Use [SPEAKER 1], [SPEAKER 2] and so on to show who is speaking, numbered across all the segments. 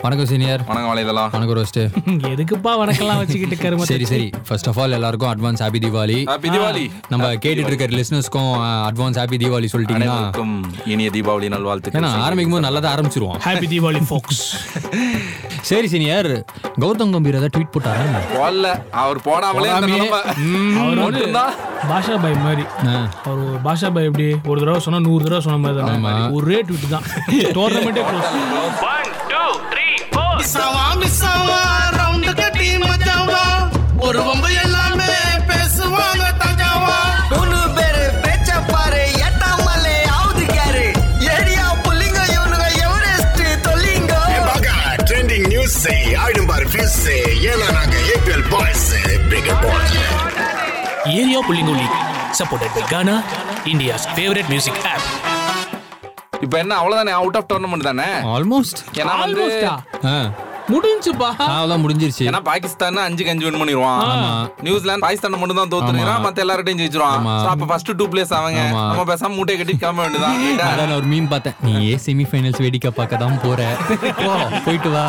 [SPEAKER 1] வணக்கம் சீனியர்
[SPEAKER 2] வணக்கம் வலைதெல்லாம்
[SPEAKER 1] வணக்கம் ரோஸ்ட்டு
[SPEAKER 3] எதுக்குப்பா வணக்கம்லாம் வச்சுக்கிட்டு கரும
[SPEAKER 1] சரி சரி ஃபர்ஸ்ட் ஆஃப் ஆல் எல்லாருக்கும் advance happy Deepavali
[SPEAKER 2] happy Deepavali
[SPEAKER 1] நம்ம கேட்டுட்டு இருக்கிற லிஸ்னஸ்க்கும் அட்வான்ஸ் ஹாப்பி தீபாவளி சொல்லிட்டீங்கன்னா
[SPEAKER 2] அனைவருக்கும் இனிய தீபாவளி நல்வாழ்த்துக்கள்
[SPEAKER 1] ஏன்னா ஆரம்பிக்கும் போது நல்லா தான் ஆரம்பிச்சிருவோம்
[SPEAKER 3] ஹாப்பி தீபாவளி ஃபோக்ஸ்
[SPEAKER 1] சரி சீனியர் கௌதம் கம்பீர் ஏதாவது ட்வீட் போட்டாரா
[SPEAKER 2] போடல அவர் போடாமலே அந்த
[SPEAKER 1] போடாமையே.
[SPEAKER 2] நிலைமை.
[SPEAKER 3] அவர் வந்து
[SPEAKER 2] மட்டும்தான்.
[SPEAKER 3] பாஷா பாய் மாதிரி
[SPEAKER 1] ஆ.
[SPEAKER 3] அவர் ஒரு பாஷா பாய் எப்படி ஒரு தடவை சொன்னா நூறு தடவை சொன்ன மாதிரி
[SPEAKER 1] ஆமா.
[SPEAKER 3] தானே ஒரே ட்வீட் தான் டோர்னமெண்ட்டே
[SPEAKER 4] மிஸ்ஸாவா மிஸ்ஸாவா ரவுண்டு கட்டி மச்சாவா ஒரு வம்பு எல்லாமே பேசுவாங்க தஞ்சாவா
[SPEAKER 5] மூணு பேரு பேச்ச பாரு எட்டாமலே ஆவுது கேரு ஏடியா புள்ளிங்க இவனுங்க எவரெஸ்ட் தொல்லிங்க
[SPEAKER 6] ட்ரெண்டிங் நியூஸ் ஆயிடும் பாரு ஃபியூஸ் ஏன்னா நாங்க APL boys figure boys
[SPEAKER 7] area புள்ளிங்கு league supported by Gaana India's favourite music app
[SPEAKER 2] இப்ப என்ன அவ்வளவுதானே அவுட் ஆஃப் டோர்னமெண்ட் தானே
[SPEAKER 1] ஆல்மோஸ்ட்
[SPEAKER 2] ஏன்னா வந்து
[SPEAKER 3] முடிஞ்சுப்பா
[SPEAKER 1] அதான் முடிஞ்சிருச்சு
[SPEAKER 2] ஏன்னா பாகிஸ்தான் அஞ்சுக்கு அஞ்சு வின் பண்ணிடுவான் நியூசிலாந்து பாகிஸ்தான் மட்டும் தான் தோத்துறான் மத்த எல்லார்ட்டையும் ஜெயிச்சிருவான்
[SPEAKER 1] ஆமா.
[SPEAKER 2] So, அப்ப ஃபர்ஸ்ட் டூ பிளேஸ் அவங்க
[SPEAKER 1] ஆமா.
[SPEAKER 2] நம்ம பேசாம மூட்டை கட்டி கிளம்ப வேண்டியதான்
[SPEAKER 1] அதான் நான் ஒரு மீன் பார்த்தேன் நீ ஏ செமிஃபைனல்ஸ் வேடிக்கை பார்க்க தான் போற போ, போயிட்டு வா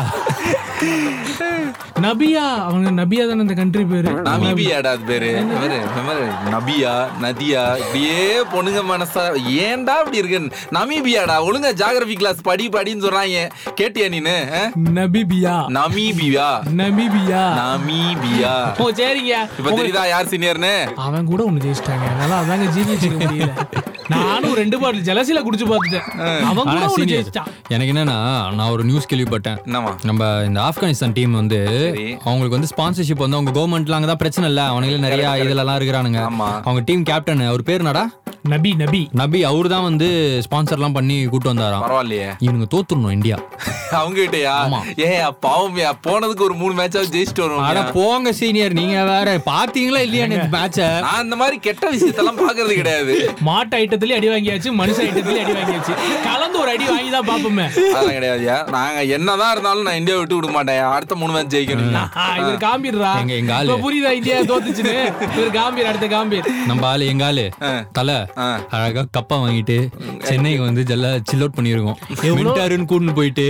[SPEAKER 3] நபியா அவங்க நபியா தானே அந்த கண்ட்ரி பேரு
[SPEAKER 2] நான் பிபியாடா அது பேரு இவரு, இவரு, நபியா நதியா இப்படியே பொண்ணுங்க மனசா ஏன்டா இப்படி இருக்கு நமீபியாடா ஒழுங்கா ஜாகிரபி கிளாஸ் படி படின்னு சொல்றாங்க கேட்டியா நீனு ஆ?
[SPEAKER 3] நபிபியா
[SPEAKER 2] நமீபியா
[SPEAKER 3] நபிபியா
[SPEAKER 2] நமீபியா
[SPEAKER 3] ஓ சரிங்க
[SPEAKER 2] இப்ப தெரியுதா யார் சீனியர்னு
[SPEAKER 3] அவன் கூட ஒண்ணு ஜெயிச்சிட்டாங்க நல்லா அதாங்க ஜீர்ணிச்சிக்க முடியல நானும் ரெண்டு பாட்டில் ஜலசில குடிச்சு பார்த்துட்டேன் அவன்
[SPEAKER 1] ஆனா
[SPEAKER 3] கூட ஒண்ணு
[SPEAKER 1] சீனியர்
[SPEAKER 3] ஜெயிச்சிட்டான்
[SPEAKER 1] எனக்கு என்னன்னா நான் ஒரு நியூஸ் கேள்விப்பட்டேன்
[SPEAKER 2] என்னவா
[SPEAKER 1] நம்ம இந்த ஆப்கானிஸ்தான் டீம் வந்து
[SPEAKER 2] சரி.
[SPEAKER 1] அவங்களுக்கு வந்து ஸ்பான்சர்ஷிப் வந்து அவங்க கவர்மெண்ட்ல அங்கதான் பிரச்சனை இல்ல அவங்களே நிறைய இதுலலாம் இருக்கிறானுங்க
[SPEAKER 2] ஆமா.
[SPEAKER 1] அவங்க டீம் கேப்டன் அவர் பேர் என்னடா
[SPEAKER 3] நபி நபி
[SPEAKER 1] நபி அவரு தான் வந்து ஸ்பான்சர்லாம் பண்ணி கூட்டு வந்தாராம்
[SPEAKER 2] பரவாயில்லையே
[SPEAKER 1] இவனுங்க தோத்துடணும் இந்தியா
[SPEAKER 2] அவங்க கிட்டயா ஏ பாவம்யா போனதுக்கு ஒரு மூணு மேட்சாவது ஜெயிச்சுட்டு
[SPEAKER 1] அட
[SPEAKER 2] வருவோம்
[SPEAKER 1] போங்க சீனியர் நீங்க வேற பாத்தீங்களா இல்லையா நேத்து மேட்ச
[SPEAKER 2] நான் அந்த மாதிரி கெட்ட விஷயத்தெல்லாம் பாக்குறது கிடையாது
[SPEAKER 3] மாட்டு ஐட்டத்துலயும் அடி வாங்கியாச்சு மனுஷ ஐட்டத்துலயும் அடி வாங்கியாச்சு கலந்து ஒரு அடி வாங்கி தான் பாப்போமே
[SPEAKER 2] அதெல்லாம் கிடையாதுயா நாங்க என்னதான் இருந்தாலும் நான் இந்தியா விட்டு விட மாட்டேன் அடுத்த மூணு மேட்ச் ஜெயிக்கணும்
[SPEAKER 3] இவர் காம்பீர்ரா
[SPEAKER 1] எங்க- எங்க ஆளு.
[SPEAKER 3] இப்ப புரியுதா இந்தியா தோத்துச்சுன்னு இவர் காம்பீர் அடுத்த காம்பீர்
[SPEAKER 1] நம்ம ஆளு எங்க ஆளு தலை
[SPEAKER 2] ஆ.
[SPEAKER 1] அழகா கப்பா வாங்கிட்டு சென்னைக்கு வந்து ஜல்லா சில் அவுட் பண்ணிருக்கோம் மின்டாருன்னு கூட்டின்னு போயிட்டு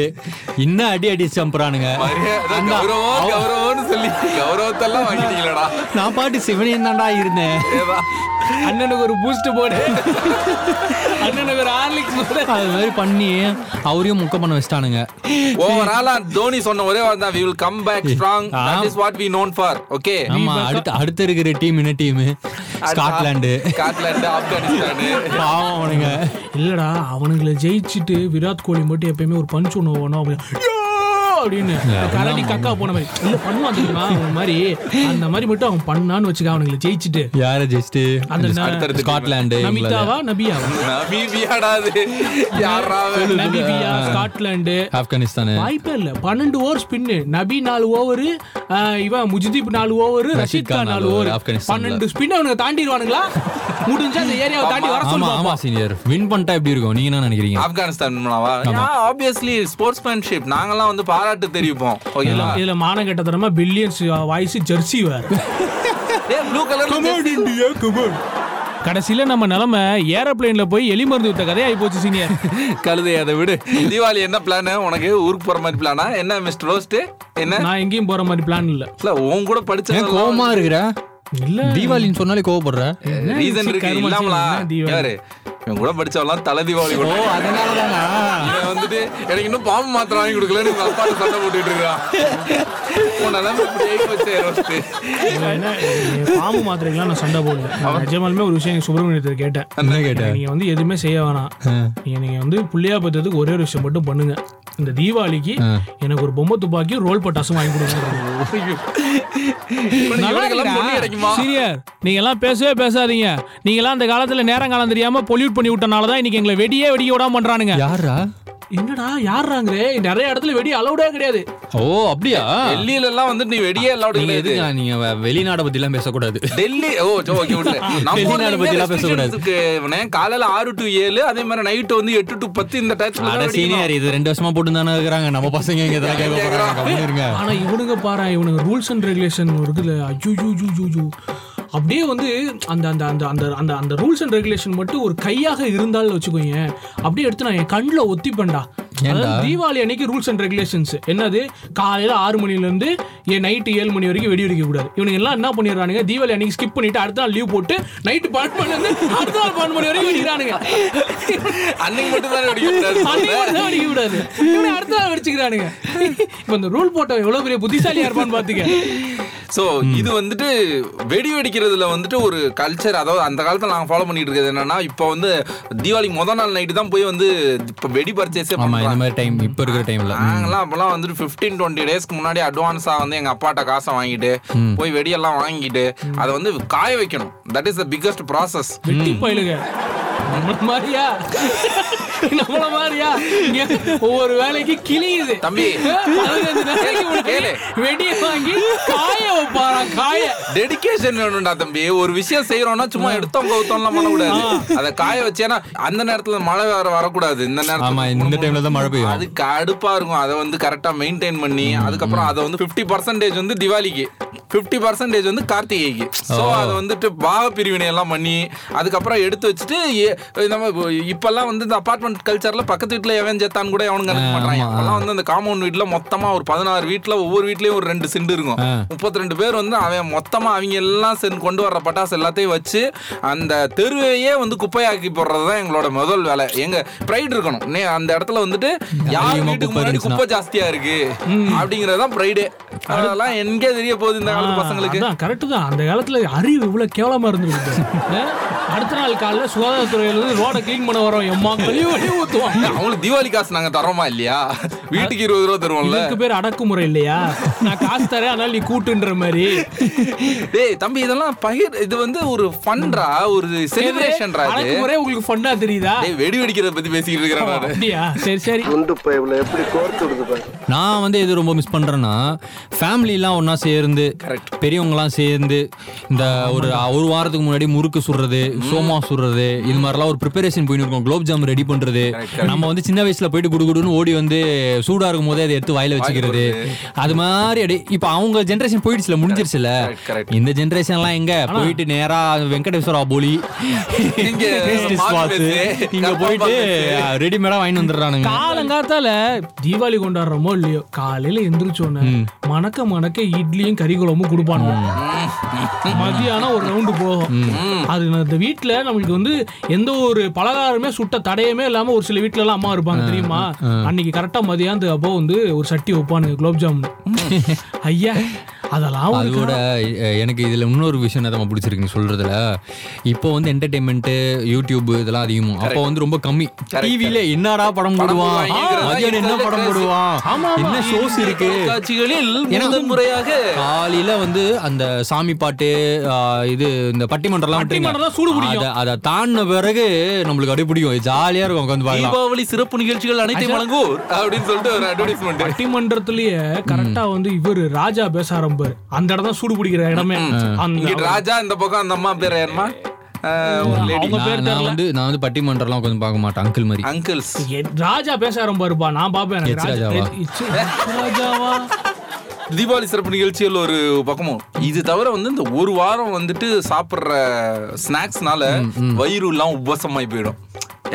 [SPEAKER 1] இன்னும் அடி அடிச்சு அனுப்புறானுங்க
[SPEAKER 2] மரியாதை, கௌரவம் கௌரவம்னு சொல்லி கௌரவத்தெல்லாம் வாங்கிட்டீங்களடா
[SPEAKER 1] நான் பாட்டு சிவனியன் தான்டா இருந்தேன்
[SPEAKER 2] ஏவா.
[SPEAKER 3] அண்ணனுக்கு ஒரு பூஸ்ட் போடு அண்ணனுக்கு ஒரு ஹார்லிக்ஸ் போடு
[SPEAKER 1] அது மாதிரி பண்ணி அவரையும் முக்க பண்ண வச்சிட்டானுங்க
[SPEAKER 2] Overall ஆ தோனி சொன்ன ஒரே வார்த்தை தான், "We will come back strong. That
[SPEAKER 1] ஆம்.
[SPEAKER 2] is what we known for." Okay?
[SPEAKER 1] ஆமா அடுத்து அடுத்து இருக்கிற டீம் என்ன டீம் ஸ்காட்லாந்து
[SPEAKER 2] ஸ்காட்லாந்து, ஆப்கானிஸ்தானு.
[SPEAKER 1] பாவம் அவனுங்க
[SPEAKER 3] இல்லடா அவனுங்களை ஜெயிச்சிட்டு விராட் கோலி மட்டும் எப்பயுமே ஒரு பஞ்ச் ஒண்ணு ஓணும் அப்படின்னு அப்படின்னு கரடி கக்கா போன மாதிரி இல்ல பண்ணுவான் தெரியுமா அவன் மாதிரி அந்த மாதிரி மட்டும் அவன் பண்ணான்னு வச்சுக்க அவனுங்களை ஜெயிச்சிட்டு
[SPEAKER 1] யார ஜெயிச்சிட்டு
[SPEAKER 3] அந்த ந-
[SPEAKER 2] அடுத்தடுத்த team.
[SPEAKER 1] Scotland England.
[SPEAKER 3] நமிதாவா நபியாவா
[SPEAKER 2] நமீபியாடா அது. யார்ரா அவன்?
[SPEAKER 3] நபிபியா ஸ்காட்லாண்டு
[SPEAKER 1] ஆப்கானிஸ்தானு
[SPEAKER 3] வாய்ப்பே இல்ல பன்னெண்டு ஓவர் ஸ்பின்னு நபி நாலு ஓவர் இவன் முஜிதீப் நாலு ஓவர் ரஷீத்
[SPEAKER 1] கான்
[SPEAKER 3] கான் நாலு
[SPEAKER 1] நாலு
[SPEAKER 3] ஓவர்
[SPEAKER 1] ஆப்கானிஸ்தான்ல.
[SPEAKER 3] பன்னெண்டு ஸ்பின் அவனுக்கு தாண்டிடுவானுங்களா முடிஞ்சா அந்த ஏரியாவை தாண்டி வர
[SPEAKER 1] ஆமா ஆமா
[SPEAKER 3] சொல்லுவாங்க
[SPEAKER 1] சீனியர் வின் பண்ணிட்டா எப்படி இருக்கும் நீங்க என்ன நினைக்கிறீங்க
[SPEAKER 2] ஆப்கானிஸ்தான் மூலமா? Yeah, obviously, sportsmanship. நாங்கெல்லாம் வந்து பாராட்டு தெரிவிப்போம் ஓகேவா?
[SPEAKER 3] இதுல மானம் கெட்டதனமா பில்லியன்ஸ் வாய்ஸ் ஜெர்சி வேற
[SPEAKER 2] ஏய், blue color jersey.
[SPEAKER 3] கடைசியில நம்ம நிலைமை ஏரோப்ளேன்ல போய் எலி மருந்து வித்த கதையா ஆகி போச்சு சீனியர்
[SPEAKER 2] கழுதை, அதை விடு தீபாவளி என்ன பிளான் உனக்கு ஊருக்கு போற மாதிரி பிளானா என்ன மிஸ்டர் ரோஸ்ட் என்ன
[SPEAKER 3] நான் எங்கேயும் போற மாதிரி பிளான் இல்ல
[SPEAKER 2] இல்ல உன் கூட
[SPEAKER 1] ஏன்
[SPEAKER 2] படிச்ச
[SPEAKER 1] கோவமா இருக்கிற
[SPEAKER 3] இல்ல
[SPEAKER 1] தீபாவளின்னு சொன்னாலே கோவப்படுற
[SPEAKER 2] ரீசன் இருக்கு
[SPEAKER 3] கருமச்சி,
[SPEAKER 2] இல்லாமலா
[SPEAKER 3] என்ன தீபாவளி?
[SPEAKER 2] யாரு இவன் கூட படிச்சவெல்லாம் தலை தீபாவளி
[SPEAKER 1] ஓ
[SPEAKER 2] கொண்டாடுவான்.
[SPEAKER 1] அதனாலதானா
[SPEAKER 2] இவன் வந்துட்டு எனக்கு இன்னும் பாம்பு மாத்திரம் வாங்கி கொடுக்கலன்னு உங்க அப்பா சண்டை போட்டுட்டு இருக்கான் உன்னை தான் இப்படி ஏய்க்க வச்சேன் ரோஸ்ட்.
[SPEAKER 3] என்ன, பாம்பு மாத்திரைக்கெல்லாம் நான் சண்டை போடுவேன் நான் நிஜமாலுமே ஒரு விஷயம் எங்க சுப்பிரமணியத்தை கேட்டேன்
[SPEAKER 1] என்ன கேட்ட
[SPEAKER 3] நீங்க வந்து எதுவுமே செய்ய வேணாம் நீங்க- நீங்க வந்து புள்ளையா பத்ததுக்கு ஒரே ஒரு விஷயம் மட்டும் பண்ணுங்க இந்த தீபாவளிக்கு எனக்கு ஒரு பொம்மை துப்பாக்கியும் ரோல் பட்டாசும் வாங்கி கொடுங்க
[SPEAKER 2] இவனுக்கெல்லாம் பொண்ணு கிடைக்குமா?
[SPEAKER 3] சீனியர் நீங்க எல்லாம் பேசவே பேசாதீங்க நீங்க எல்லாம் அந்த காலத்துல நேரம் காலம் தெரியாம பொல்யூட் பண்ணி விட்டனால தான் இன்னைக்கு எங்களை வெடியே வெடிக்க விடாம பண்றானுங்க
[SPEAKER 1] யாரா
[SPEAKER 3] என்னடா யாருறாங்களே நிறைய இடத்துல வெடி அலௌடே கிடையாது
[SPEAKER 1] ஓ அப்படியா
[SPEAKER 2] டெல்லியில எல்லாம் வந்து நீ வெடியே எல்லாரும்
[SPEAKER 1] நீங்க
[SPEAKER 2] கிடையாது
[SPEAKER 1] எதுக்கு நீங்க வெ- வெளிநாட பத்தி எல்லாம் பேசக்கூடாது
[SPEAKER 2] டெல்லி ஓ சோ ஓகே விட்டு நம்ம
[SPEAKER 1] டெல்லியில அதை பத்தி
[SPEAKER 2] ஊர்ல என்ன
[SPEAKER 1] எல்லாம் பேசக்கூடாது.
[SPEAKER 2] restrictions இருக்கு இவனே? காலையில ஆறு டு ஏழு அதே மாதிரி நைட் வந்து எட்டு டு பத்து இந்த
[SPEAKER 1] அட
[SPEAKER 2] டயத்துல
[SPEAKER 1] சீனியர் இது ரெண்டு வருஷமா போட்டு தானே இருக்கிறாங்க நம்ம பசங்க இங்க இதெல்லாம் கேட்க போறாங்க கம்முனு இருங்க
[SPEAKER 3] ஆனா இவனுங்க பாரு இவனுங்க ரூல்ஸ் அண்ட் ரெகுலேஷன் இருக்குல்ல ஐயோ யூ யூ யூ யூ அப்படியே வந்து அந்த அந்த அந்த அந்த அந்த அந்த ரூல்ஸ் அண்ட் ரெகுலேஷன் மட்டும் ஒரு கையாக இருந்தாலும் வச்சுக்கோங்க அப்படியே எடுத்து நான் என் கண்ணில் ஒத்திப்பேன்டா
[SPEAKER 1] ஏன்டா?
[SPEAKER 3] அதாவது தீபாவளி அன்னைக்கு ரூல்ஸ் அண்ட் ரெகுலேஷன்ஸ் என்னது காலையில ஆறு மணில இருந்து நைட் ஏழு மணி வரைக்கும் வெடி வெடிக்க கூடாது இவனுங்க எல்லாம் என்ன பண்ணிடுறானுங்க தீபாவளி அன்னைக்கு ஸ்கிப் பண்ணிட்டு அடுத்த நாள் லீவ் போட்டு நைட் பாட் பண்ணி அடுத்த நாள் பாட் மணி வரைக்கும் வெடிக்கிறானுங்க
[SPEAKER 2] அன்னைக்கு மட்டும் தானே வெடிக்க
[SPEAKER 3] அன்னைக்கு மட்டும் தான் வெடிக்க கூடாது இவனை அடுத்த நாள் வெடிச்சுக்கிறானுங்க இப்ப இந்த ரூல் போட்டவன் எவ்வளவு பெரிய புத்திசாலியா இருப்பான்னு பாத்துக்க
[SPEAKER 2] சோ இது வந்துட்டு வெடி வெடிக்கிறதுல வந்துட்டு ஒரு கல்ச்சர் அதாவது அந்த காலத்துல நாங்க ஃபாலோ பண்ணிட்டு இருக்கிறது என்னன்னா இப்போ வந்து தீபாவளி முத நாள் நைட்டு தான் போய் வந்து இப்ப வெடி பர்ச்சேஸே
[SPEAKER 1] ஆமா இந்த
[SPEAKER 2] பண்ணுறாங்க
[SPEAKER 1] மாதிரி டைம் இப்ப இருக்கிற டைம்ல
[SPEAKER 2] நாங்களாம் அப்பெல்லாம் வந்துட்டு ஃபிஃப்டீன் டுவெண்ட்டி டேஸ்க்கு முன்னாடி அட்வான்ஸாக வந்து எங்கள் அப்பாட்ட காசை வாங்கிட்டு போய் வெடியெல்லாம் வாங்கிட்டு அதை வந்து காய வைக்கணும் that is the biggest process
[SPEAKER 3] வெட்டி பயிலுங்க நம்மள மாதிரியா நம்மள மாதிரியா இங்க ஒவ்வொரு வேலைக்கு கிளியுது
[SPEAKER 2] தம்பி.
[SPEAKER 3] பதினஞ்சு நாளைக்கு முன்னாடி
[SPEAKER 2] கேளு.
[SPEAKER 3] வெடிய வாங்கி காய வைப்பாரா காய
[SPEAKER 2] டெடிகேஷன் வேணும்டா தம்பி ஒரு விஷயம் செய்யறோம்னா சும்மா எடுத்தோம் கவுத்தோம்லாம் பண்ணக்கூடாது அதை காய வச்சேன்னா அந்த நேரத்துல மழை வேற வரக்கூடாது இந்த நேரத்துல
[SPEAKER 1] ஆமா, இந்த timeல தான் மழை பெய்யும்.
[SPEAKER 2] அது கடுப்பா இருக்கும் அதை வந்து கரெக்டா மெயின்டைன் பண்ணி அதுக்கப்புறம் அதை வந்து 50% பர்சன்டேஜ் வந்து திவாலிக்கு 50% பர்சன்டேஜ் வந்து கார்த்திகைக்கு ஸோ அதை வந்துட்டு பாவ பிரிவினை எல்லாம் பண்ணி அதுக்கப்புறம் எடுத்து வச்சுட்டு ஏ- நம்ம இப்போ- இப்பெல்லாம் வந்து இந்த அபார்ட்மெண்ட் கல்ச்சர்ல பக்கத்து வீட்டுல எவன் செத்தான் கூட எவனும் கணக்கு பண்றாங்க அப்பெல்லாம் வந்து அந்த காம்பவுண்ட் வீட்டுல மொத்தமா ஒரு பதினாறு வீட்டுல ஒவ்வொரு வீட்லயும் ஒரு ரெண்டு சிண்டு இருக்கும்
[SPEAKER 1] ஆ.
[SPEAKER 2] முப்பத்தி ரெண்டு பேர் வந்து அவன் மொத்தமா அவங்க எல்லாம் சேர்ந்து கொண்டு வர்ற பட்டாசு எல்லாத்தையும் வச்சு அந்த தெருவையே வந்து குப்பையாக்கி போடுறது தான் எங்களோட முதல் வேலை எங்க ப்ரைடு இருக்கணும் நே- அந்த இடத்துல வந்துட்டு யார்
[SPEAKER 1] அதிகமா
[SPEAKER 2] வீட்டுக்கு
[SPEAKER 1] குப்பை
[SPEAKER 2] முன்னாடி
[SPEAKER 1] இருந்துச்சுன்னா.
[SPEAKER 2] குப்பை ஜாஸ்தியா இருக்கு அப்படிங்கறதுதான் ப்ரைடே அதெல்லாம் எங்கே தெரிய போகுது இந்த காலத்து பசங்களுக்கு
[SPEAKER 3] அதான் கரெக்ட் தான் அந்த காலத்துல அறிவு இவ்வளவு கேவலமா இருந்திருக்கு ஆ? அடுத்த நாள் காலைல சுகாதாரத்துறையில இருந்து ரோட க்ளீன் பண்ண வரோம் எம்மா கழிவு வழிவு ஊத்துவாங்க
[SPEAKER 2] அவங்களுக்கு தீபாவளி காசு நாங்க தரோமா இல்லையா வீட்டுக்கு இருபது ரூபா தருவோம்ல
[SPEAKER 3] இதுக்கு பேர் அடக்குமுறை இல்லையா நான் காசு தரேன் அதனால நீ கூட்டுன்ற மாதிரி
[SPEAKER 2] டேய் தம்பி இதெல்லாம் பகிர் இது வந்து ஒரு ஃபன்ரா ஒரு செலிப்ரேஷன்ரா இது
[SPEAKER 3] அடக்குமுறை உங்களுக்கு ஃபன்னா தெரியுதா
[SPEAKER 2] டேய் வெடி வெடிக்கிறத பத்தி பேசிட்டு இருக்கிறேன் நானு
[SPEAKER 3] அப்படியா சரி சரி
[SPEAKER 1] நான் வந்து எது ரொம்ப மிஸ் பண்றேன்னா ஃபேமிலிலாம் ஒண்ணா சேர்ந்து பெரியவங்கலாம் சேர்ந்து இந்த ஒரு ஒரு வாரத்துக்கு முன்னாடி முறுக்கு சுடுறது சோமா சுடுறது இது மாதிரிலாம் ஒரு ப்ரிப்பரேஷன் போயின்னு இருக்கும் குலோப் ஜாம் ரெடி பண்றது நம்ம வந்து சின்ன வயசுல போயிட்டு குடுகுடுன்னு ஓடி வந்து சூடா இருக்கும் போதே அதை எடுத்து வாயில வச்சுக்கிறது அது மாதிரி அப்படி இப்போ அவங்க ஜென்ரேஷன் போயிடுச்சுல முடிஞ்சிருச்சுல
[SPEAKER 2] correct, correct.
[SPEAKER 1] இந்த ஜென்ரேஷன்லாம் எங்க போயிட்டு நேரா வெங்கடேஸ்வரா போலி
[SPEAKER 2] இங்க
[SPEAKER 1] taste is
[SPEAKER 2] மாட்டு
[SPEAKER 1] பார்த்து,
[SPEAKER 2] பேசு,
[SPEAKER 1] இங்க
[SPEAKER 2] கப்பா
[SPEAKER 1] போயிட்டு
[SPEAKER 2] பேசு.
[SPEAKER 1] ரெடிமேடா வாங்கி வந்துடுறானுங்க
[SPEAKER 3] காலங்காத்தால தீபாவளி கொண்டாடுறோமோ இல்லையோ காலையில எந்திரிச்சோன்னு மணக்க மணக்க இட்லியும் கறி குழம்பும் கொடுப்பாங்க மதியானம் ஒரு ரவுண்டு போகும் அது அந்த வீட்ல நம்மளுக்கு வந்து எந்த ஒரு பலகாரமே சுட்ட தடையுமே இல்லாம ஒரு சில வீட்ல எல்லாம் அம்மா இருப்பாங்க தெரியுமா அன்னைக்கு கரெக்டா மதியானத்துக்கு அப்போ வந்து ஒரு சட்டி வைப்பானுங்க குலோப் ஜாமுன் ஐயா அதெல்லாம் ஒரு
[SPEAKER 1] அதோட எ- எனக்கு இதில் இன்னொரு விஷயம் என்ன தான் பிடிச்சிருக்கு நீ சொல்கிறதுல இப்போ வந்து என்டர்டெயின்மெண்ட்டு யூடியூப் இதெல்லாம் அதிகமும் அப்போ வந்து ரொம்ப கம்மி டிவியில் என்னடா படம் போடுவான்
[SPEAKER 2] போடுவாங்கங்கிறது
[SPEAKER 1] மதியானம் என்ன
[SPEAKER 2] தான்
[SPEAKER 1] படம்
[SPEAKER 2] internet
[SPEAKER 1] போடுவான் என்ன ஷோஸ் இருக்கு
[SPEAKER 2] காட்சிகளில்
[SPEAKER 1] ஏன்னா-
[SPEAKER 2] முதல் முறையாக
[SPEAKER 1] காலையில வந்து அந்த சாமி பாட்டு ஆ, இது இந்த பட்டிமன்றம்லாம்
[SPEAKER 3] பட்டிமன்றம் தான்
[SPEAKER 1] விட்டுருங்க.
[SPEAKER 3] சூடு பிடிக்கும்.
[SPEAKER 1] அத- அதை தாண்டின பிறகு நம்மளுக்கு அடி பிடிக்கும் ஜாலியா இருக்கும் உட்காந்து பார்க்கலாம்
[SPEAKER 2] தீபாவளி சிறப்பு நிகழ்ச்சிகள் அனைத்தையும் வழங்குவோர் அப்படின்னு சொல்லிட்டு ஒரு அட்வர்டைஸ்மெண்ட்
[SPEAKER 3] பட்டிமன்றத்திலேயே கரெக்டா வந்து இவரு ராஜா பேச ஆரம்பாரு அந்த இடம் தான் சூடு பிடிக்கிற இடமே அந்த
[SPEAKER 2] இங்க ராஜா இந்த பக்கம் அந்த அம்மா பேர் என்னமா
[SPEAKER 3] அவங்க
[SPEAKER 1] நான்-
[SPEAKER 3] பேர்
[SPEAKER 1] நான்
[SPEAKER 3] தெரியல
[SPEAKER 1] வந்து நான் வந்து பட்டிமன்றம்லாம் உட்காந்து பார்க்க மாட்டேன் அங்கிள் மாதிரி
[SPEAKER 2] அங்கிள்ஸ்
[SPEAKER 3] எ- ராஜா பேச ஆரம்பாருப்பா நான் பாப்பேன் எனக்கு
[SPEAKER 1] எச்
[SPEAKER 3] ராஜா
[SPEAKER 1] ராஜாவா?
[SPEAKER 3] தெரி- இச்சு- ராஜாவா
[SPEAKER 2] தீபாவளி சிறப்பு நிகழ்ச்சிகள் ஒரு பக்கமும் இது தவிர வந்து இந்த ஒரு வாரம் வந்துட்டு சாப்பிட்ற ஸ்நாக்ஸ்னால வயிறு எல்லாம் உபசமாயி போயிடும்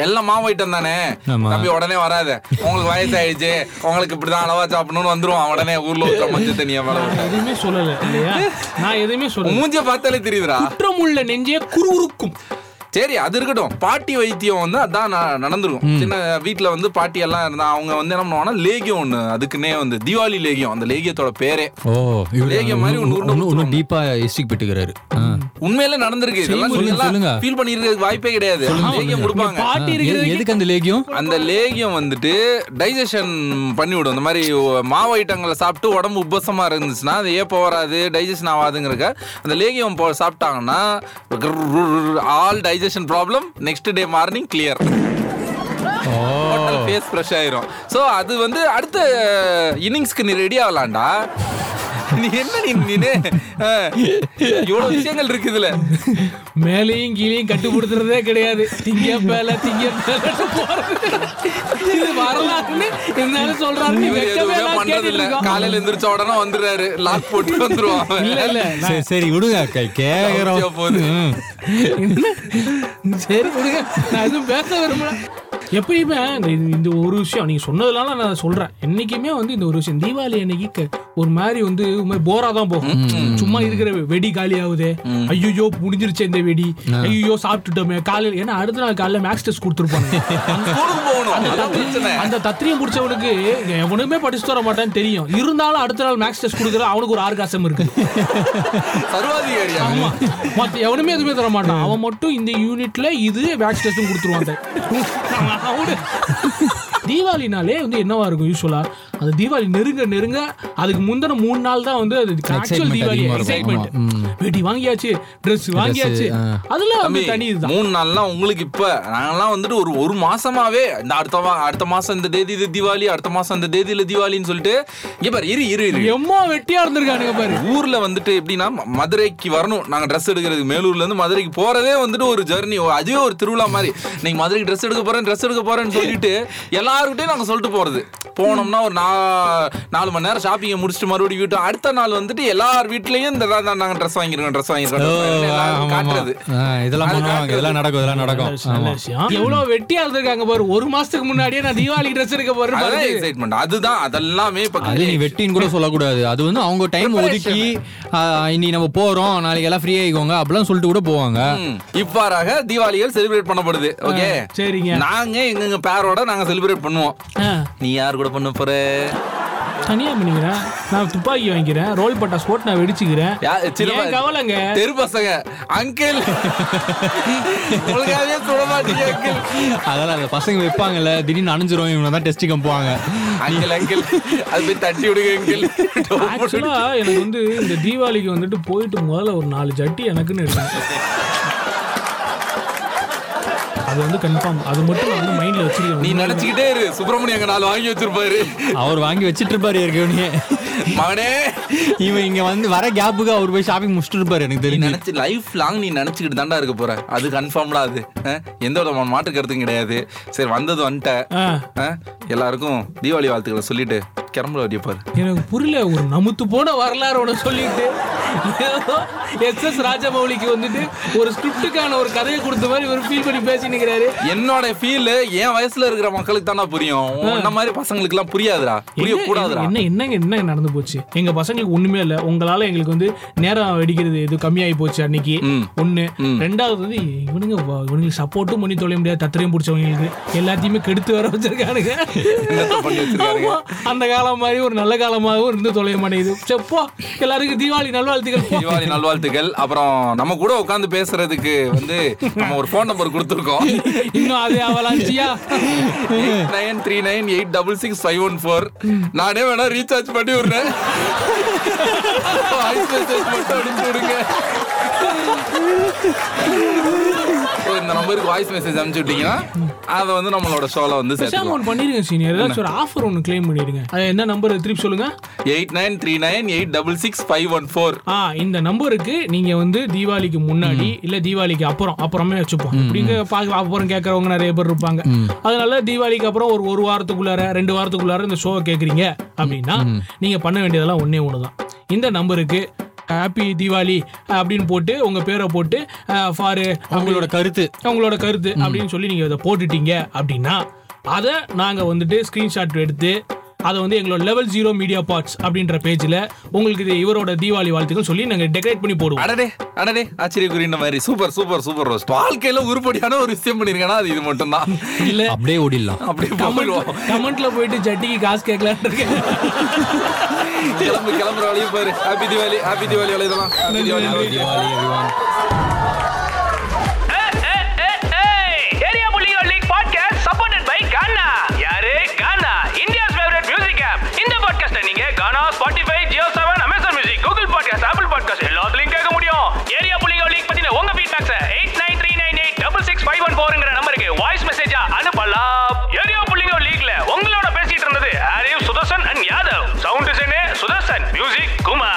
[SPEAKER 2] எல்லாம் மாவாயிட்டம் தானே
[SPEAKER 1] ஆமா.
[SPEAKER 2] தம்பி உடனே வராத உங்களுக்கு வயசாயிடுச்சு உங்களுக்கு இப்படிதான் அளவா சாப்பிடணும்னு வந்துருவான் உடனே ஊர்ல ஊற்ற மஞ்சள் தண்ணியா மேல
[SPEAKER 3] நான் எதுவுமே சொல்லல இல்லையா நான் எதுவுமே சொல்லல
[SPEAKER 2] மூஞ்ச பார்த்தாலே தெரியுதுடா
[SPEAKER 3] குற்றமுள்ள நெஞ்சே குறுகுறுக்கும்
[SPEAKER 2] சரி அது இருக்கட்டும் பாட்டி வைத்தியம் வந்து அதான் ந- நடந்திருக்கும் சின்ன வீட்டில் வந்து பாட்டி எல்லாம் இருந்தா அவங்க வந்து என்ன பண்ணுவாங்கன்னா லேகியம் ஒன்று அதுக்குன்னே வந்து தீபாவளி லேகியம் அந்த லேகியத்தோட பேரே
[SPEAKER 1] ஓ இவரு
[SPEAKER 2] லேகிய மாதிரி ஒண்ணு உருண்டை
[SPEAKER 1] இன்னும்
[SPEAKER 2] கொடுத்துருவாங்க.
[SPEAKER 1] டீப்பா எஸ்டிக் பெட்டுக்கிறாரு
[SPEAKER 2] உண்மையில நடந்திருக்கு இதெல்லாம்
[SPEAKER 1] சொல்லுங்க, சொல்லுங்க.
[SPEAKER 2] ஃபீல் பண்ணிருக்க வாய்ப்பே கிடையாது லேகியம் கொடுப்பாங்க
[SPEAKER 3] பாட்டி இருக்கிறது
[SPEAKER 1] எதுக்கு அந்த லேகியம்
[SPEAKER 2] அந்த லேகியம் வந்துட்டு டைஜஷன் பண்ணிவிடும் இந்த மாதிரி மாவு ஐட்டங்களை சாப்பிட்டு உடம்பு உப்பசமா இருந்துச்சுன்னா அது ஏப்ப வராது டைஜஷன் ஆகாதுங்கிறக்க அந்த லேகியம் போ சாப்பிட்டாங்கன்னா all digestion problem next day morning clear face fresh ஆயிரும் ஸோ அது வந்து அடுத்த இன்னிங்ஸ்க்கு நீ ரெடி ஆகலாம்டா நீ என்ன நீ நீனு அஹ், இவ்வளவு விஷயங்கள் இருக்கு இதுல
[SPEAKER 3] மேலையும் கீழையும் கட்டுப்படுத்துறதே கிடையாது திங்க பேல திங்க பேல போறது இது வரலாறுன்னு இருந்தாலும் சொல்றாரு நீ
[SPEAKER 2] இவர் எதுவுமே
[SPEAKER 3] வெக்கமே இல்லாம
[SPEAKER 2] பண்றது
[SPEAKER 3] கேட்டுட்டு
[SPEAKER 2] இல்ல
[SPEAKER 3] இருக்கோம்.
[SPEAKER 2] காலையில எந்திரிச்ச உடனே வந்துடுறாரு லாக் போட்டு வந்துருவான் அவன்.
[SPEAKER 3] இல்ல இல்ல நான்
[SPEAKER 1] சரி சரி விடுங்க கே-
[SPEAKER 2] கவுச்சியா
[SPEAKER 1] கேக்குறோம்
[SPEAKER 2] போகுது.
[SPEAKER 1] ம்.
[SPEAKER 3] சரி விடுங்க நான் எதுவும் பேச விரும்பல எப்பயுமே இந்த- இந்த ஒரு விஷயம் நீங்க சொன்னதுனால நான் சொல்றேன் என்னைக்குமே வந்து இந்த ஒரு விஷயம் தீபாவளி அன்னைக்கு க- ஒரு மாதிரி வந்து ஒரு மாதிரி போரா தான் போகும் சும்மா இருக்கிற வெடி காலி ஆகுது ஐயோ முடிஞ்சிருச்சு இந்த வெடி ஐயோ சாப்பிட்டுட்டோமே காலையில ஏன்னா அடுத்த நாள் காலையில மேக்ஸ் டெஸ்ட் கொடுத்துருப்பாங்க
[SPEAKER 2] ஸ்கூலுக்கு போகணும் அதான் பிரச்சனை
[SPEAKER 3] அந்த தத்திரியம் பிடிச்சவனுக்கு எவனுமே படிச்சு தர மாட்டான்னு தெரியும் இருந்தாலும் அடுத்த நாள் மேக்ஸ் டெஸ்ட் கொடுக்குற அவனுக்கு ஒரு ஆர்காசம் இருக்கு
[SPEAKER 2] சர்வாதிகாரி அவன்.
[SPEAKER 3] ஆமா மத்த எவனுமே எதுவுமே தர மாட்டான் அவன் மட்டும் இந்த யூனிட்ல இது வேக்சினேஷன் கொடுத்துருவான் அந்த. அவனு. தீபாவளினாலே வந்து என்னவா இருக்கும் யூஸ்வலா அது தீபாவளி நெருங்க நெருங்க அதுக்கு முந்தின மூணு நாள் தான் வந்து அது ஆக்சுவல்
[SPEAKER 1] Excitement
[SPEAKER 3] தீபாவளி
[SPEAKER 1] அதிகமா இருக்கும்.
[SPEAKER 3] எக்ஸைட்மெண்ட்
[SPEAKER 1] ஆமா. ம்.
[SPEAKER 3] வெடி வாங்கியாச்சு ட்ரெஸ் வாங்கியாச்சு
[SPEAKER 1] ஆ.
[SPEAKER 3] அதெல்லாம்
[SPEAKER 2] தம்பி,
[SPEAKER 3] வந்து தனி இதுதான்
[SPEAKER 2] மூணு நாள்லாம் உங்களுக்கு இப்ப நாங்கெல்லாம் வந்துட்டு ஒரு ஒரு மாசமாவே இந்த அடுத்த வா- அடுத்த மாசம் இந்த தேதி இது தீபாவளி அடுத்த மாசம் இந்த தேதியில தீபாவளின்னு சொல்லிட்டு இங்க பாரு இரு இரு இரு
[SPEAKER 3] எம்மா வெட்டியா இருந்திருக்கானுங்க பாரு
[SPEAKER 2] ஊர்ல வந்துட்டு எப்படின்னா ம- மதுரைக்கு வரணும் நாங்க ட்ரெஸ் எடுக்கிறதுக்கு மேலூர்ல இருந்து மதுரைக்கு போறதே வந்துட்டு ஒரு ஜர்னி அதுவே ஒரு திருவிழா மாதிரி நீங்க மதுரைக்கு ட்ரெஸ் எடுக்க போறேன் ட்ரெஸ் எடுக்க போறேன்னு சொல்லிட்டு எல்லாருக்கிட்டையும் நாங்க சொல்லிட்டு போறது போனோம்னா ஒரு நா நாலு மணி நேரம் ஷாப்பிங்கை முடிச்சுட்டு மறுபடியும் வீட்டு அடுத்த நாள் வந்துட்டு எல்லார் வீட்லயும் இந்த தான் நாங்க ட்ரெஸ் வாங்கிருக்கோம் ட்ரெஸ்
[SPEAKER 1] ஓ,
[SPEAKER 2] வாங்கிருக்கோம்
[SPEAKER 1] ஆமா,
[SPEAKER 2] எல்லாரும்
[SPEAKER 1] ஆமா.
[SPEAKER 2] காட்டுறது
[SPEAKER 1] ஆ, இதெல்லாம்
[SPEAKER 2] அது
[SPEAKER 1] பண்ணுவாங்க
[SPEAKER 2] காட்டுறது.
[SPEAKER 1] இதெல்லாம் நடக்கும் இதெல்லாம் நடக்கும்
[SPEAKER 3] நல்ல
[SPEAKER 1] ஆமா.
[SPEAKER 3] விஷயம். எவ்வளவு வெட்டியா இருந்திருக்காங்க பாரு ஒரு மாசத்துக்கு முன்னாடியே நான் தீபாவளி ட்ரெஸ் எடுக்க போறேன்
[SPEAKER 2] அதான்
[SPEAKER 3] பாரு.
[SPEAKER 2] எக்ஸைட்மெண்ட் அதுதான் அதெல்லாமே இப்ப
[SPEAKER 1] அது நீ வெட்டின்னு கூட சொல்லக்கூடாது அது வந்து அவங்க டைம் ஒதுக்கி ஆ, இன்னைக்கு நம்ம போறோம் நாளைக்கு எல்லாம் ஃப்ரீ ஆயிக்கோங்க அப்படிலாம் சொல்லிட்டு கூட போவாங்க
[SPEAKER 2] ம். இவ்வாறாக தீபாவளிகள் செலிப்ரேட் பண்ணப்படுது ஓகே
[SPEAKER 3] ஆ, சரிங்க.
[SPEAKER 2] நாங்க எங்க பேரோட நாங்க செலிப்ரேட் பண்ணுவோம்
[SPEAKER 3] ஆ.
[SPEAKER 2] நீ யார் கூட பண்ண போற
[SPEAKER 3] தனியா பண்ணிக்கிறேன் நான் துப்பாக்கி வாங்கிக்கிறேன் ரோல் பட்டாஸ் போட்டு நான் வெடிச்சுக்கிறேன்
[SPEAKER 2] யா- சின்ன
[SPEAKER 3] ஏன் கவலைங்க
[SPEAKER 2] தெரு பசங்க அங்கிள் உங்களுக்காகவே சொல்ல மாட்டீங்க அங்கிள்
[SPEAKER 1] அதெல்லாம் அந்த பசங்க வைப்பாங்கல்ல திடீர்னு அணிஞ்சிரும் இவங்க தான் டெஸ்டிங் போவாங்க
[SPEAKER 2] அங்கிள் அங்கிள் அது போய் தட்டி விடுங்க அங்கிள்
[SPEAKER 3] ஆக்சுவலா எனக்கு வந்து இந்த தீபாவளிக்கு வந்துட்டு போயிட்டு முதல்ல ஒரு நாலு ஜட்டி எனக்குன்னு எடுக்கணும் அது வந்து கன்ஃபார்ம் அது மட்டும் நான் வந்து மைண்ட்ல
[SPEAKER 2] நீ
[SPEAKER 3] வச்சிருக்கேன்
[SPEAKER 2] நினைச்சுக்கிட்டே இரு சுப்பிரமணியம் அங்க நாலு வாங்கி வச்சிருப்பாரு
[SPEAKER 1] அவர் வாங்கி வச்சிட்டு இருப்பாரு ஏற்கனவே
[SPEAKER 2] மகனே
[SPEAKER 1] இவன் இங்க வந்து வர கேப்புக்கு அவர் போய் ஷாப்பிங் முடிச்சிட்டு இருப்பாரு எனக்கு
[SPEAKER 2] நீ
[SPEAKER 1] தெரிஞ்சு
[SPEAKER 2] நினைச்சு லைஃப் லாங் நீ நினைச்சுக்கிட்டு தாண்டா இருக்க போற அது கன்ஃபார்ம்டா அது ஆ? எந்த விதமான மாற்று கருத்தும் கிடையாது சரி வந்தது வந்துட்ட
[SPEAKER 3] ஆ.
[SPEAKER 2] ஆ? எல்லாருக்கும் தீபாவளி வாழ்த்துக்களை சொல்லிட்டு கிளம்புற வரைய பாரு
[SPEAKER 3] எனக்கு புரியல ஒரு நமுத்து போன வரலாறோட சொல்லிட்டு எஸ் எஸ் ராஜமௌலிக்கு வந்துட்டு ஒரு ஸ்கிரிப்டுக்கான ஒரு கதையை கொடுத்த மாதிரி ஒரு ஃபீல் பண்ணி பேசி நிக்கிறாரு
[SPEAKER 2] என்னோட ஃபீல் என் வயசுல இருக்கிற மக்களுக்கு தானா புரியும் உன்ன மாதிரி பசங்களுக்கு எல்லாம் புரியாதுடா புரிய
[SPEAKER 3] என்ன-
[SPEAKER 2] கூடாதுடா
[SPEAKER 3] என்ன என்னங்க என்ன நடந்து போச்சு எங்க பசங்களுக்கு ஒண்ணுமே இல்ல உங்களால எங்களுக்கு வந்து நேரம் வெடிக்கிறது இது கம்மியாயி போச்சு அன்னைக்கு ஒண்ணு ரெண்டாவது வந்து இவனுங்க வ- இவனுங்களுக்கு சப்போர்ட்டும் பண்ணி தொலைய முடியாது தத்திரையும் பிடிச்சவங்களுக்கு எல்லாத்தையுமே கெடுத்து வர வச்சிருக்கானுங்க
[SPEAKER 2] பண்ணி வச்சிருக்கானுங்க?
[SPEAKER 3] ஆமா, அந்த காலம் மாதிரி ஒரு நல்ல காலமாகவும் இருந்து தொலைய மாட்டேங்குது செப்போ எல்லாருக்கும் தீபாவளி நல்வாழ்த்துக்கள் போ.
[SPEAKER 2] தீபாவளி நல்வாழ்த்துக்கள் அப்புறம் நம்ம கூட உட்காந்து பேசுறதுக்கு வந்து நம்ம ஒரு ஃபோன் நம்பர் கொடுத்துருக்கோம்
[SPEAKER 3] இன்னும் அது அவலாச்சியா
[SPEAKER 2] nine three nine eight double six five one four நானே வேணா ரீசார்ஜ் பண்ணி விடுறேன் Voice message மட்டும் அனுப்பிச்சு விடுங்க So, இந்த நம்பருக்கு வாய்ஸ் மெசேஜ் அனுப்பிச்சு விட்டீங்கன்னா அதை வந்து நம்மளோட ஷோல வந்து
[SPEAKER 3] பேசாம
[SPEAKER 2] சேர்த்துக்கலாம்
[SPEAKER 3] ஒன்று பண்ணிருங்க சீனியர் ஏதாச்சும் ஒரு ஆஃபர் ஒன்று கிளைம் பண்ணிடுங்க அது என்ன நம்பர் திருப்பி சொல்லுங்க
[SPEAKER 2] eight nine three nine eight double six five one four
[SPEAKER 3] ஆ இந்த நம்பருக்கு நீங்க வந்து தீபாவளிக்கு முன்னாடி இல்ல தீபாவளிக்கு அப்புறம் அப்புறமே வச்சுப்போம் இப்படிங்க பாக்க அப்புறம் கேட்கறவங்க நிறைய பேர் இருப்பாங்க அதனால தீபாவளிக்கு அப்புறம் ஒரு ஒரு வாரத்துக்குள்ளார ரெண்டு வாரத்துக்குள்ளார இந்த ஷோவை கேக்குறீங்க அப்படின்னா நீங்க பண்ண வேண்டியதெல்லாம் ஒண்ணே ஒண்ணுதான் இந்த நம்பருக்கு ஹாப்பி தீபாவளி அப்படின்னு போட்டு உங்க பேரை போட்டு ஃபாரு
[SPEAKER 1] அவங்களோட கருத்து
[SPEAKER 3] உங்களோட கருத்து அப்படின்னு சொல்லி நீங்க இதை போட்டுட்டீங்க அப்படின்னா அதை நாங்க வந்துட்டு ஸ்கிரீன்ஷாட் எடுத்து அதை வந்து எங்களோட லெவல் ஜீரோ மீடியா பார்ட்ஸ் அப்படின்ற பேஜ்ல உங்களுக்கு இது இவரோட தீபாவளி வாழ்த்துக்கள் சொல்லி நாங்க டெக்கரேட் பண்ணி போடுவோம்
[SPEAKER 2] அடடே அடடே ஆச்சரியக்குறின்ற மாதிரி சூப்பர் சூப்பர் சூப்பர் ரோஸ்ட் வாழ்க்கையில உருப்படியான ஒரு விஷயம் பண்ணிருக்கேன்னா அது இது மட்டும் தான்
[SPEAKER 3] இல்ல
[SPEAKER 1] அப்படியே ஓடிடலாம்
[SPEAKER 2] அப்படியே போயிடுவோம்
[SPEAKER 3] கமெண்ட்ல போயிட்டு ஜட்டிக்கு காசு கேட்கலான்னு இருக்கேன்
[SPEAKER 2] கிளம்பு கிளம்புற வழியும் பாரு ஹாப்பி திவாலி ஹாப்பி திவாலி வலைதெல்லாம் happy Diwali happy Diwali.
[SPEAKER 8] Area புள்ளியோ league podcast supported by Gaana யாரு Gaana India's favourite music app இந்த பாட்காஸ்ட்டை நீங்க Gaana Spotify Jio Saavn Amazon music Google podcast Apple podcast எல்லாத்துலயும் கேட்க முடியும் ஏரியா புள்ளியோ லீக் பத்தின உங்க feedbacks eight nine three nine eight double six five one ஃபோருங்கிற நம்பருக்கு வாய்ஸ் மெசேஜா அனுப்பலாம் ஏரியா புள்ளியோ லீக்ல உங்களோட பேசிட்டு இருந்தது ஆரிவ் சுதர்சன் அண்ட் யாதவ் சவுண்ட் டிசைனே சுதர்சன் மியூசிக் குமார்